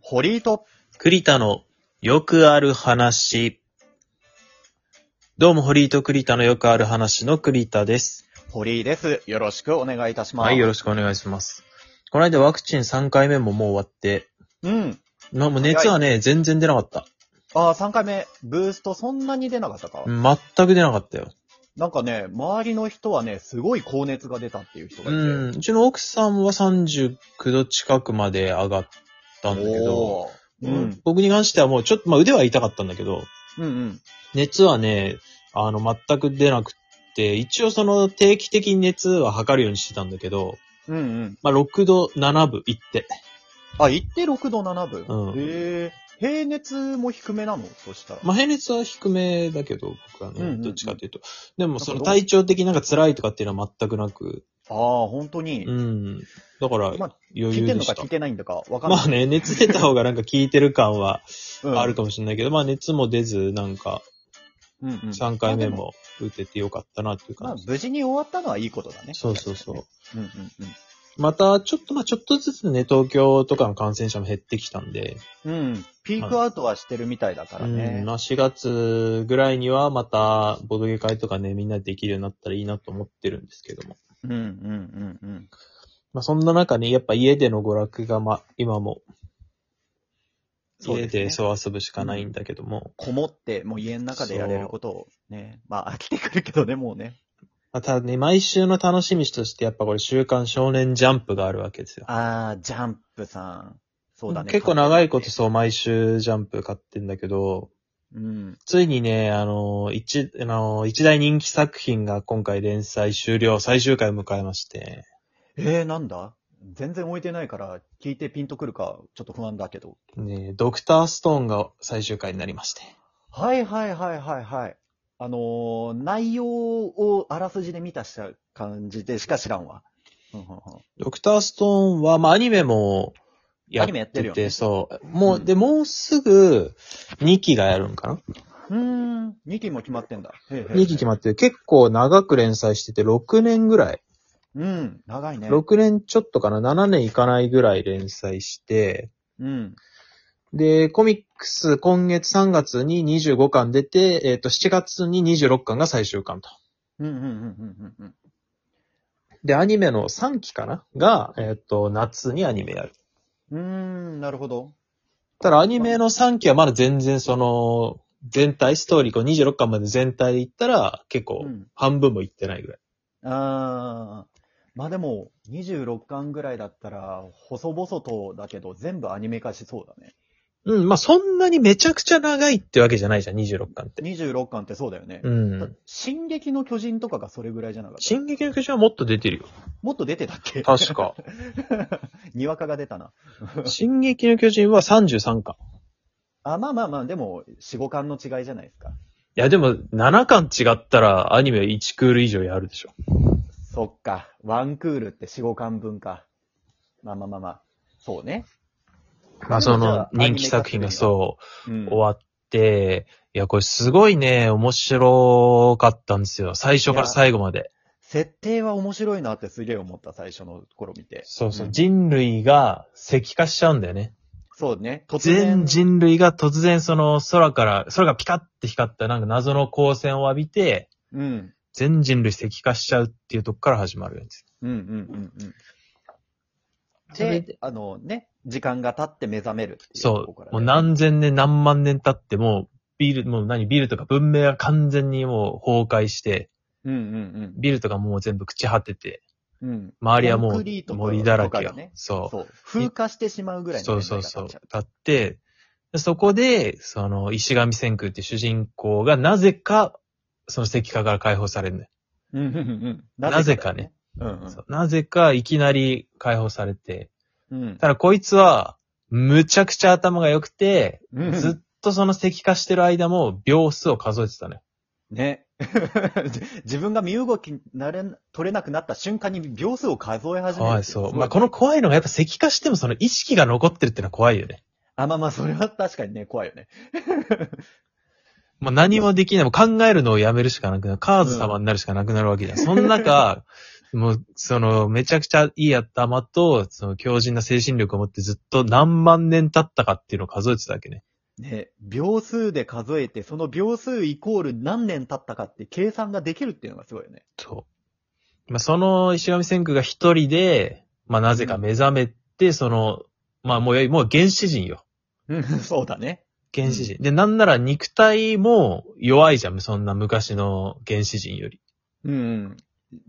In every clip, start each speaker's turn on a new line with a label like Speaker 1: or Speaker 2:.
Speaker 1: ホリーと、
Speaker 2: 栗田のよくある話。どうも、堀井と栗田のよくある話の栗田です。
Speaker 1: ホリーです。よろしくお願いいたします。
Speaker 2: はい、よろしくお願いします。この間ワクチン3回目ももう終わって、
Speaker 1: うん。
Speaker 2: まあもう熱はね、全然出なかった。
Speaker 1: ああ、3回目、ブーストそんなに出なかったか。
Speaker 2: 全く出なかったよ。
Speaker 1: なんかね、周りの人はね、すごい高熱が出たっていう人が
Speaker 2: う
Speaker 1: いて。
Speaker 2: ん、うちの奥さんは39度近くまで上がったんだけど、
Speaker 1: おーうん。
Speaker 2: 僕に関してはもうちょっと、まあ腕は痛かったんだけど、
Speaker 1: うんうん。
Speaker 2: 熱はね、あの、全く出なくって、一応その定期的に熱は測るようにしてたんだけど、
Speaker 1: うんうん。
Speaker 2: まあ、6度7分行って。
Speaker 1: あ、行って6度7分。
Speaker 2: うん
Speaker 1: へえ。平熱も低めなのそしたら。
Speaker 2: まあ、平熱は低めだけど、僕はね、
Speaker 1: うんうんうん
Speaker 2: どっちかというと。でも、その体調的になんか辛いとかっていうのは全くなく、
Speaker 1: ああ、本当に。
Speaker 2: うん。だから、
Speaker 1: まあ聞
Speaker 2: 余
Speaker 1: い
Speaker 2: 裕
Speaker 1: てん
Speaker 2: で
Speaker 1: の
Speaker 2: し
Speaker 1: か
Speaker 2: た
Speaker 1: 聞い。てないんだかわかんない。
Speaker 2: まあね、熱出た方がなんか効いてる感は
Speaker 1: うん
Speaker 2: あるかもしれないけど、まあ熱も出ず、なんか
Speaker 1: うんうん
Speaker 2: 3回
Speaker 1: ま
Speaker 2: 目
Speaker 1: あでも
Speaker 2: も打ててよかったなっていう
Speaker 1: まあ
Speaker 2: 感じ。、
Speaker 1: 無事に終わったのはいいことだね。
Speaker 2: そうそうそう。
Speaker 1: うんう
Speaker 2: また、ちょっと、まあちょっとずつね、東京とかの感染者も減ってきたんで、
Speaker 1: んうん。うん。ピークアウトはしてるみたいだからね。
Speaker 2: うん、まあ4月ぐらいにはまた、ボドゲ会とかね、みんなでできるようになったらいいなと思ってるんですけども。
Speaker 1: うんうんうんうん。
Speaker 2: まあそんな中ね、やっぱ家での娯楽が、まあ今も、
Speaker 1: そう
Speaker 2: 家
Speaker 1: ですね
Speaker 2: でそう遊ぶしかないんだけども、
Speaker 1: こもって、もう家の中でやれることをね。まあ飽きてくるけどね、もうね。
Speaker 2: まあただね、毎週の楽しみとしてやっぱこれ週刊少年ジャンプがあるわけですよ。
Speaker 1: あー、ジャンプさん。そうだね。
Speaker 2: 結構長いこと。そう、毎週ジャンプ買ってんだけど、
Speaker 1: うん。
Speaker 2: ついにね、あの、一、あの、一大人気作品が今回連載終了、最終回を迎えまして、
Speaker 1: えー、なんだ全然置いてないから、聞いてピンとくるか、ちょっと不安だけど。
Speaker 2: ね、ドクターストーンが最終回になりまして。
Speaker 1: はいはいはいはいはい。あのー、内容をあらすじで見たした感じでしか知らんわ。うんうんうん
Speaker 2: ドクターストーンは、まあ、アニメもや
Speaker 1: アニメやってるよね
Speaker 2: そう。もう、
Speaker 1: うん
Speaker 2: で、もうすぐ、2期がやるんかな、
Speaker 1: うーん、2期も決まってんだ。
Speaker 2: ?2 期決まってる。結構長く連載してて、6年ぐらい。
Speaker 1: うん、長いね。
Speaker 2: 6年ちょっとかな ?7 年いかないぐらい連載して、
Speaker 1: うん。
Speaker 2: で、コミックス今月3月に25巻出て、えっ、と、7月に26巻が最終巻と。
Speaker 1: うん、うん、うん、うん、うん。
Speaker 2: で、アニメの3期かなが、えっ、と、夏にアニメやる。
Speaker 1: うーん、なるほど。
Speaker 2: ただアニメの3期はまだ全然その、全体、ストーリー、こう26巻まで全体でいったら、結構
Speaker 1: う、ん。
Speaker 2: 半分もいってないぐらい。
Speaker 1: あーまあでも、26巻ぐらいだったら、細々とだけど、全部アニメ化しそうだね。
Speaker 2: うん、まあそんなにめちゃくちゃ長いってわけじゃないじゃん、26巻って。
Speaker 1: 26巻ってそうだよね。
Speaker 2: うん。
Speaker 1: 進撃の巨人とかがそれぐらいじゃなかった。
Speaker 2: 進撃の巨人はもっと出てるよ。
Speaker 1: もっと出てたっけ
Speaker 2: 確 か。
Speaker 1: にわかが出たな。
Speaker 2: 進撃の巨人は33巻。
Speaker 1: あ、まあまあまあ、でも、4、5巻の違いじゃないですか。
Speaker 2: いやでも、7巻違ったらアニメ1クール以上やるでしょ。
Speaker 1: そっか。ワンクールって4、5巻分か。まあまあまあまあ。そうね。
Speaker 2: まあその人気作品がそうう、
Speaker 1: ん
Speaker 2: 終わって、いやこれすごいね、面白かったんですよ。最初から最後まで。
Speaker 1: 設定は面白いなってすげえ思った、最初の頃見て。
Speaker 2: そうそう。
Speaker 1: ん
Speaker 2: 人類が石化しちゃうんだよね。
Speaker 1: そうね。突然。
Speaker 2: 全人類が突然その空から、空がピカって光ったなんか謎の光線を浴びて、
Speaker 1: うん。
Speaker 2: 全人類石化しちゃうっていうとこから始まるんです。
Speaker 1: うんうんうんうん。
Speaker 2: そ
Speaker 1: で
Speaker 2: れで、
Speaker 1: あのね、時間が経って目覚めるっていと
Speaker 2: そ
Speaker 1: こからね
Speaker 2: う。もう何千年何万年経ってもう、ビル、もう何、ビルとか文明が完全にもう崩壊して、
Speaker 1: うんうん
Speaker 2: ビルとかもう全部朽ち果てて、
Speaker 1: うん。うん。
Speaker 2: 周りはも
Speaker 1: コン
Speaker 2: う
Speaker 1: クリートとか
Speaker 2: 森だら
Speaker 1: とか
Speaker 2: けよ
Speaker 1: がね。
Speaker 2: そう。
Speaker 1: そう。風化してしまうぐらい
Speaker 2: そ
Speaker 1: の
Speaker 2: う
Speaker 1: 年
Speaker 2: そ
Speaker 1: 代
Speaker 2: う
Speaker 1: が経っ
Speaker 2: そう。
Speaker 1: ち
Speaker 2: 立
Speaker 1: ゃう。
Speaker 2: って、でそこで、その、石神千空っていう主人公がなぜか、その石化から解放されるのよ、
Speaker 1: うんうんうん。
Speaker 2: なぜかね。
Speaker 1: うんうん。
Speaker 2: そうなぜかいきなり解放されて、
Speaker 1: うん
Speaker 2: ただこいつは、むちゃくちゃ頭が良くて、
Speaker 1: うん
Speaker 2: ずっとその石化してる間も秒数を数えてたのよ。
Speaker 1: ね。 自分が身動きなれん、取れなくなった瞬間に秒数を数え始める。
Speaker 2: 怖いそう。まあ、
Speaker 1: こ
Speaker 2: この怖いのがやっぱ石化してもその意識が残ってるってのは怖いよね。
Speaker 1: あ、まあまあ、それは確かにね、怖いよね。
Speaker 2: もう何もできない。もう考えるのをやめるしかなくなる。カーズ様になるしかなくなるわけじゃん。その中、 もう、その、めちゃくちゃいい頭と、その、強靭な精神力を持ってずっと何万年経ったかっていうのを数えてたわけね。
Speaker 1: ね、秒数で数えて、その秒数イコール何年経ったかって計算ができるっていうのがすごいよね。
Speaker 2: そう。まあ、その石上千空が一人で、まあ、なぜか目覚めて、その、まあ、もう、もう原始人よ。
Speaker 1: うん、そうだね。
Speaker 2: 原始人。で、なんなら肉体も弱いじゃん、そんな昔の原始人より。
Speaker 1: うん。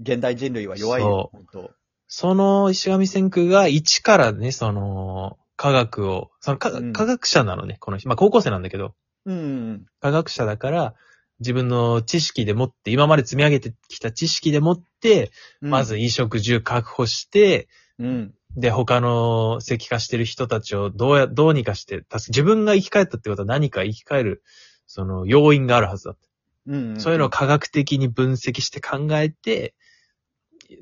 Speaker 1: 現代人類は弱いよ、本当
Speaker 2: その石上千空が一からね、その、科学を、その科,、
Speaker 1: うん
Speaker 2: 科学者なのね、この人。まあ、高校生なんだけど、
Speaker 1: うん。
Speaker 2: 科学者だから、自分の知識でもって、今まで積み上げてきた知識でもって、まず、衣食住確保して、
Speaker 1: うん。
Speaker 2: で、他の石化してる人たちをどうや、どうにかして、助け自分が生き返ったってことは何か生き返る、その要因があるはずだって。
Speaker 1: うん。
Speaker 2: そういうのを科学的に分析して考えて、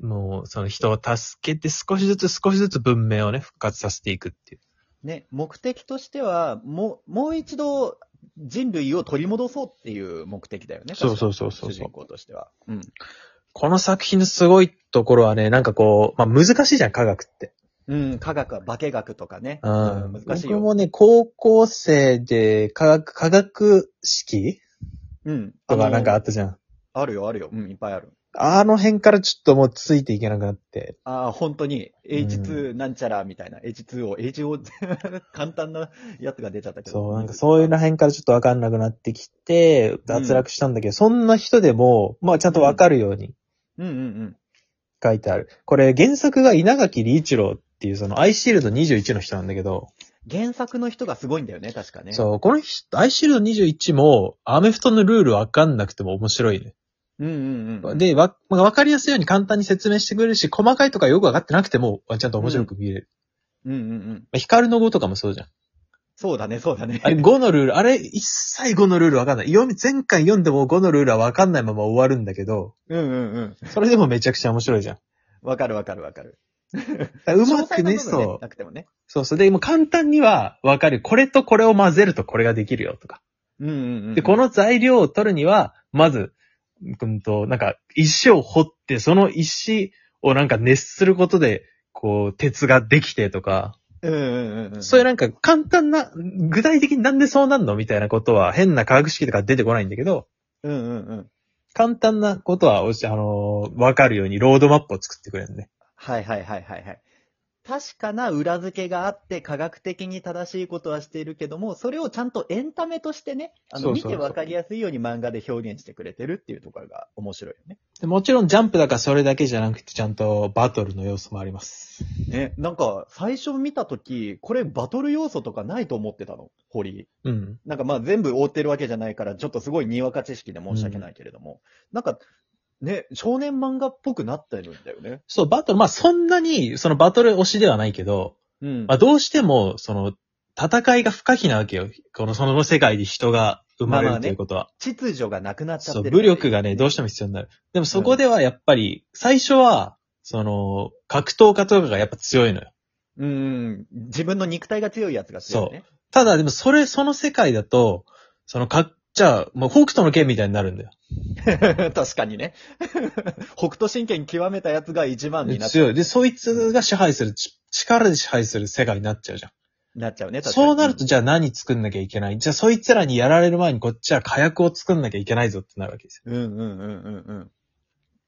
Speaker 2: もう、その人を助けて少しずつ少しずつ文明をね、復活させていくっていう。
Speaker 1: ね、目的としては、もう、もう一度人類を取り戻そうっていう目的だよね。
Speaker 2: そうそううそうそう
Speaker 1: 主人公としては。うん。
Speaker 2: この作品のすごいところはね、なんかこう、まあ難しいじゃん、科学って。
Speaker 1: うん、科学は化学とかね。
Speaker 2: うん。
Speaker 1: 難しい
Speaker 2: 僕
Speaker 1: よ。
Speaker 2: もね、高校生で科学、科学式
Speaker 1: うん。
Speaker 2: と
Speaker 1: あ
Speaker 2: か
Speaker 1: の
Speaker 2: なんかあったじゃん。
Speaker 1: あるよ、あるよ。うん、いっぱいある。
Speaker 2: あの辺からちょっともうついていけなくなって。
Speaker 1: ああ、本当に、H2 なんちゃらみたいな、H2O、HO、簡 単なやつが出ちゃったけど。
Speaker 2: そう、なんかそういう。辺からちょっとわかんなくなってきて、脱落したんだけど、そんな人でも、まあちゃんとわかるように
Speaker 1: うんうんうん。
Speaker 2: 書いてある。これ原作が稲垣理一郎っていうそのアイシールド21の人なんだけど、
Speaker 1: 原作の人がすごいんだよね、確かね。
Speaker 2: そう、この人、アイシールド21もアメフトのルールわかんなくても面白いね。
Speaker 1: う。うんうんうん。
Speaker 2: で、わ、まあわかりやすいように簡単に説明してくれるし、細かいとかよくわかってなくても、ちゃんと面白く見れる。
Speaker 1: うんうんうん。
Speaker 2: まあ光の語とかもそうじゃん。
Speaker 1: そうだね、そうだね。
Speaker 2: あれ、5のルール、あれ、一切5のルールわかんない。読み、前回読んでも5のルールはわかんないまま終わるんだけど、
Speaker 1: うんうんうん。
Speaker 2: それでもめちゃくちゃ面白いじゃん。
Speaker 1: わかるわかるわかる。詳細な
Speaker 2: うまくね、
Speaker 1: 部分
Speaker 2: そう。
Speaker 1: なくてもね。
Speaker 2: そうそう。で、もう簡単にはわかる。これとこれを混ぜるとこれができるよ、とか。
Speaker 1: うんうんうん。
Speaker 2: で、こ、の材料を取るには、まず、うんと、なんか、石を掘って、その石をなんか熱することで、こう、鉄ができてとか、
Speaker 1: うんうんうんうん。
Speaker 2: そういうなんか簡単な、具体的になんでそうなんのみたいなことは変な科学式とか出てこないんだけど、
Speaker 1: うんうんうん。
Speaker 2: 簡単なことは、おし、あのーわかるようにロードマップを作ってくれるね。
Speaker 1: はいはいはいはいはい。確かな裏付けがあって、科学的に正しいことはしているけども、それをちゃんとエンタメとしてね、あ
Speaker 2: そ
Speaker 1: の、
Speaker 2: う
Speaker 1: 見
Speaker 2: そうそう
Speaker 1: てわかりやすいように漫画で表現してくれてるっていうところが面白いよね。
Speaker 2: でもちろんジャンプだからそれだけじゃなくて、ちゃんとバトルの要素もあります。
Speaker 1: ね、なんか、最初見たとき、これバトル要素とかないと思ってたの、堀。
Speaker 2: うん。
Speaker 1: なんかまあ全部覆ってるわけじゃないから、ちょっとすごいにわか知識で申し訳ないけれども、なんか、ね、少年漫画っぽくなってるんだよね。
Speaker 2: そう、バトル、まあそんなに、そのバトル推しではないけど、
Speaker 1: うん
Speaker 2: まあどうしても、その、戦いが不可避なわけよ。この、その世界で人が生ま
Speaker 1: ま
Speaker 2: れ
Speaker 1: あまあ
Speaker 2: る
Speaker 1: ね
Speaker 2: ということは。
Speaker 1: 秩序がなくなっちゃって
Speaker 2: そ
Speaker 1: る
Speaker 2: う、武力がね、どう
Speaker 1: し
Speaker 2: しても必要になる。でもそこではやっぱり、最初は、その、格闘家とかがやっぱ強いのよ。
Speaker 1: うん、自分の肉体が強いやつが強いね。
Speaker 2: ただでもそれ、その世界だと、そのか、じゃあ、もう北斗の剣みたいになるんだよ。
Speaker 1: 確かにね。北斗神拳極めたやつが一番になっちゃう
Speaker 2: 強い。で、そいつが支配する、ち力で支配する世界になっちゃうじゃん。
Speaker 1: なっちゃうね。確かに
Speaker 2: そうなると、、じゃあ何作んなきゃいけないじゃあそいつらにやられる前にこっちは火薬を作んなきゃいけないぞってなるわけです
Speaker 1: う
Speaker 2: よ。
Speaker 1: んうんうんうんうん。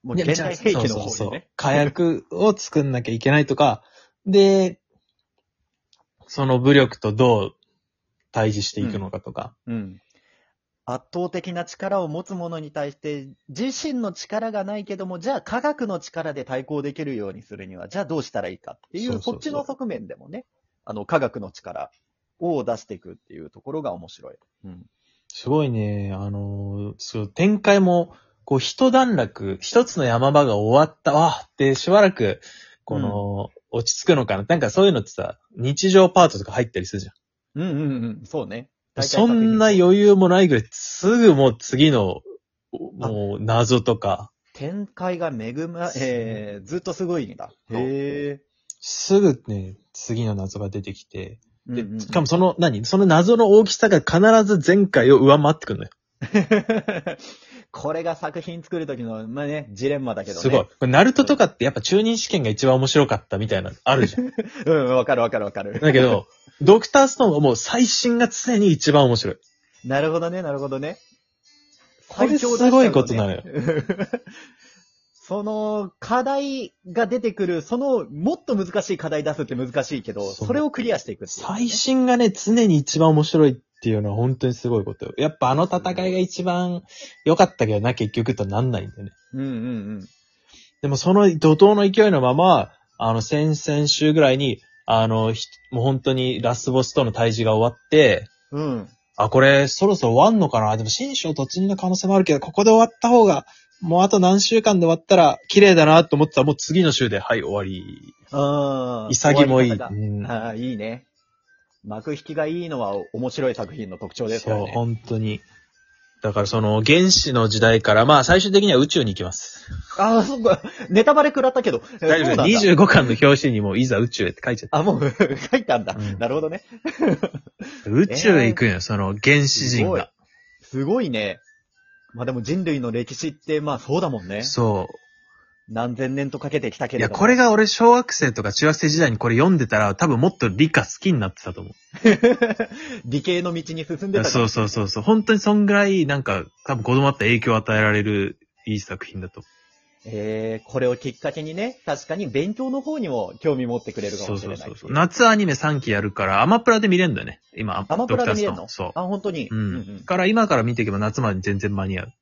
Speaker 1: もう
Speaker 2: で
Speaker 1: 現代兵器の
Speaker 2: そうそう
Speaker 1: 方に
Speaker 2: そう
Speaker 1: ね。
Speaker 2: 火薬を作んなきゃいけないとか、で、その武力とどう対峙していくのかとか。
Speaker 1: うん。圧倒的な力を持つ者に対して、自身の力がないけども、じゃあ科学の力で対抗できるようにするには、じゃあどうしたらいいかっていう、
Speaker 2: そうそうそう
Speaker 1: こっちの側面でもね、あの、科学の力を出していくっていうところが面白い。うん。
Speaker 2: すごいね、あのーそう、展開も、こう、一段落、一つの山場が終わったわって、しばらく、この、落ち着くのかな。なんかそういうのってさ、日常パートとか入ったりするじゃ
Speaker 1: うんうんうん、そうね。
Speaker 2: ん。そんな余裕もないぐらい、すぐもう次の、もう、謎とか、
Speaker 1: 展開が恵ま、えー、ずっとすごいんだ。
Speaker 2: そう
Speaker 1: へ
Speaker 2: すぐね、次の謎が出てきて、
Speaker 1: え。
Speaker 2: で
Speaker 1: うんうん、
Speaker 2: しかもその、何その謎の大きさが必ず前回を上回ってくるのよ。
Speaker 1: これが作品作る時の、まあね、ジレンマだけどね。
Speaker 2: すごい。これナルトとかってやっぱ中任試験が一番面白かったみたいな、あるじ ゃん。
Speaker 1: うん、わかるわかるわか る。
Speaker 2: だけど、ドクターストーンはもう最新が常に一番面白い。
Speaker 1: なるほどね、なるほどね。
Speaker 2: これすごいことなのよ。
Speaker 1: その課題が出てくる、そのもっと難しい課題出すって難しいけど、
Speaker 2: そう
Speaker 1: それをクリアしていくっていうね、
Speaker 2: 最新がね、常に一番面白いっていうのは本当にすごいことよ。やっぱあの戦いが一番良かったけどな、結局となんないんだよね。
Speaker 1: うんうん
Speaker 2: でもその怒涛の勢いのまま、あの、先々週ぐらいに、あの、ひもう本当にラスボスとの対峙が終わって、
Speaker 1: うん。うん。
Speaker 2: あ、これそろそろ終わんのかなでも新章突入の可能性もあるけど、ここで終わった方が、もうあと何週間で終わったら綺麗だなと思ってたら、もう次の週で、はい、終わり。
Speaker 1: ああ。
Speaker 2: 潔もいい。
Speaker 1: 終わり
Speaker 2: うん
Speaker 1: 方がああ、いいね。幕引きがいいのは面白い作品の特徴ですから
Speaker 2: そう、
Speaker 1: ね。
Speaker 2: 本当に。だからその原始の時代から、まあ最終的には宇宙に行きます。
Speaker 1: ああ、そっか。ネタバレ食らったけど。え
Speaker 2: 大
Speaker 1: そう
Speaker 2: 丈
Speaker 1: な
Speaker 2: 夫
Speaker 1: んだ
Speaker 2: です。25巻の表紙にもういざ宇宙へって書いちゃった。
Speaker 1: あ、もう 書いたんだ。
Speaker 2: うん
Speaker 1: なるほどね。
Speaker 2: 宇宙へ行くんよ、その原始人が。
Speaker 1: すごいね。まあでも人類の歴史って、まあそうだもんね。
Speaker 2: そ
Speaker 1: 何千年とかけてきた
Speaker 2: う。
Speaker 1: け
Speaker 2: い
Speaker 1: れ
Speaker 2: や、
Speaker 1: ども。
Speaker 2: これが俺小学生とか中学生時代にこれ読んでたら、多分もっと理科好きになってたと思う。
Speaker 1: 理系の道に進ん
Speaker 2: い
Speaker 1: で
Speaker 2: や
Speaker 1: た
Speaker 2: そうそうそうそう。本当にそんぐらい、なんか、多分子供だったら影響を与えられるいい作品だと思
Speaker 1: えー、これをきっかけにね、確かに勉強の方にも興味持ってくれ
Speaker 2: う。
Speaker 1: るか
Speaker 2: そ
Speaker 1: も
Speaker 2: う
Speaker 1: しれ
Speaker 2: そ
Speaker 1: な
Speaker 2: う
Speaker 1: い。
Speaker 2: そうそう。夏アニメ3期やるから、アマプラで見れるんだよね。今、
Speaker 1: アマプラで見れるの
Speaker 2: ドクターストーンそう。
Speaker 1: あ、本当に。
Speaker 2: う。
Speaker 1: うんん
Speaker 2: から今から見ていけば夏までに全然間に合う。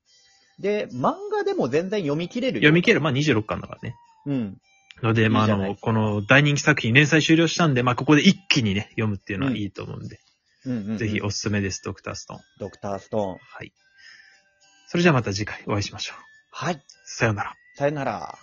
Speaker 1: で、漫画でも全然読み切れるよ
Speaker 2: 読み切れば26巻だからね。
Speaker 1: うん。
Speaker 2: ので、まあ、
Speaker 1: いい
Speaker 2: あ
Speaker 1: じゃない
Speaker 2: の、この大人気作品連載終了したんで、まあ、ここで一気にね、読むっていうのはいいと思うんで、
Speaker 1: うんうんうん
Speaker 2: ぜひおすすめです、ドクターストーン。
Speaker 1: ドクターストーン。
Speaker 2: はい。それじゃあまた次回お会いしましょう。
Speaker 1: はい。
Speaker 2: さようなら。
Speaker 1: さよなら。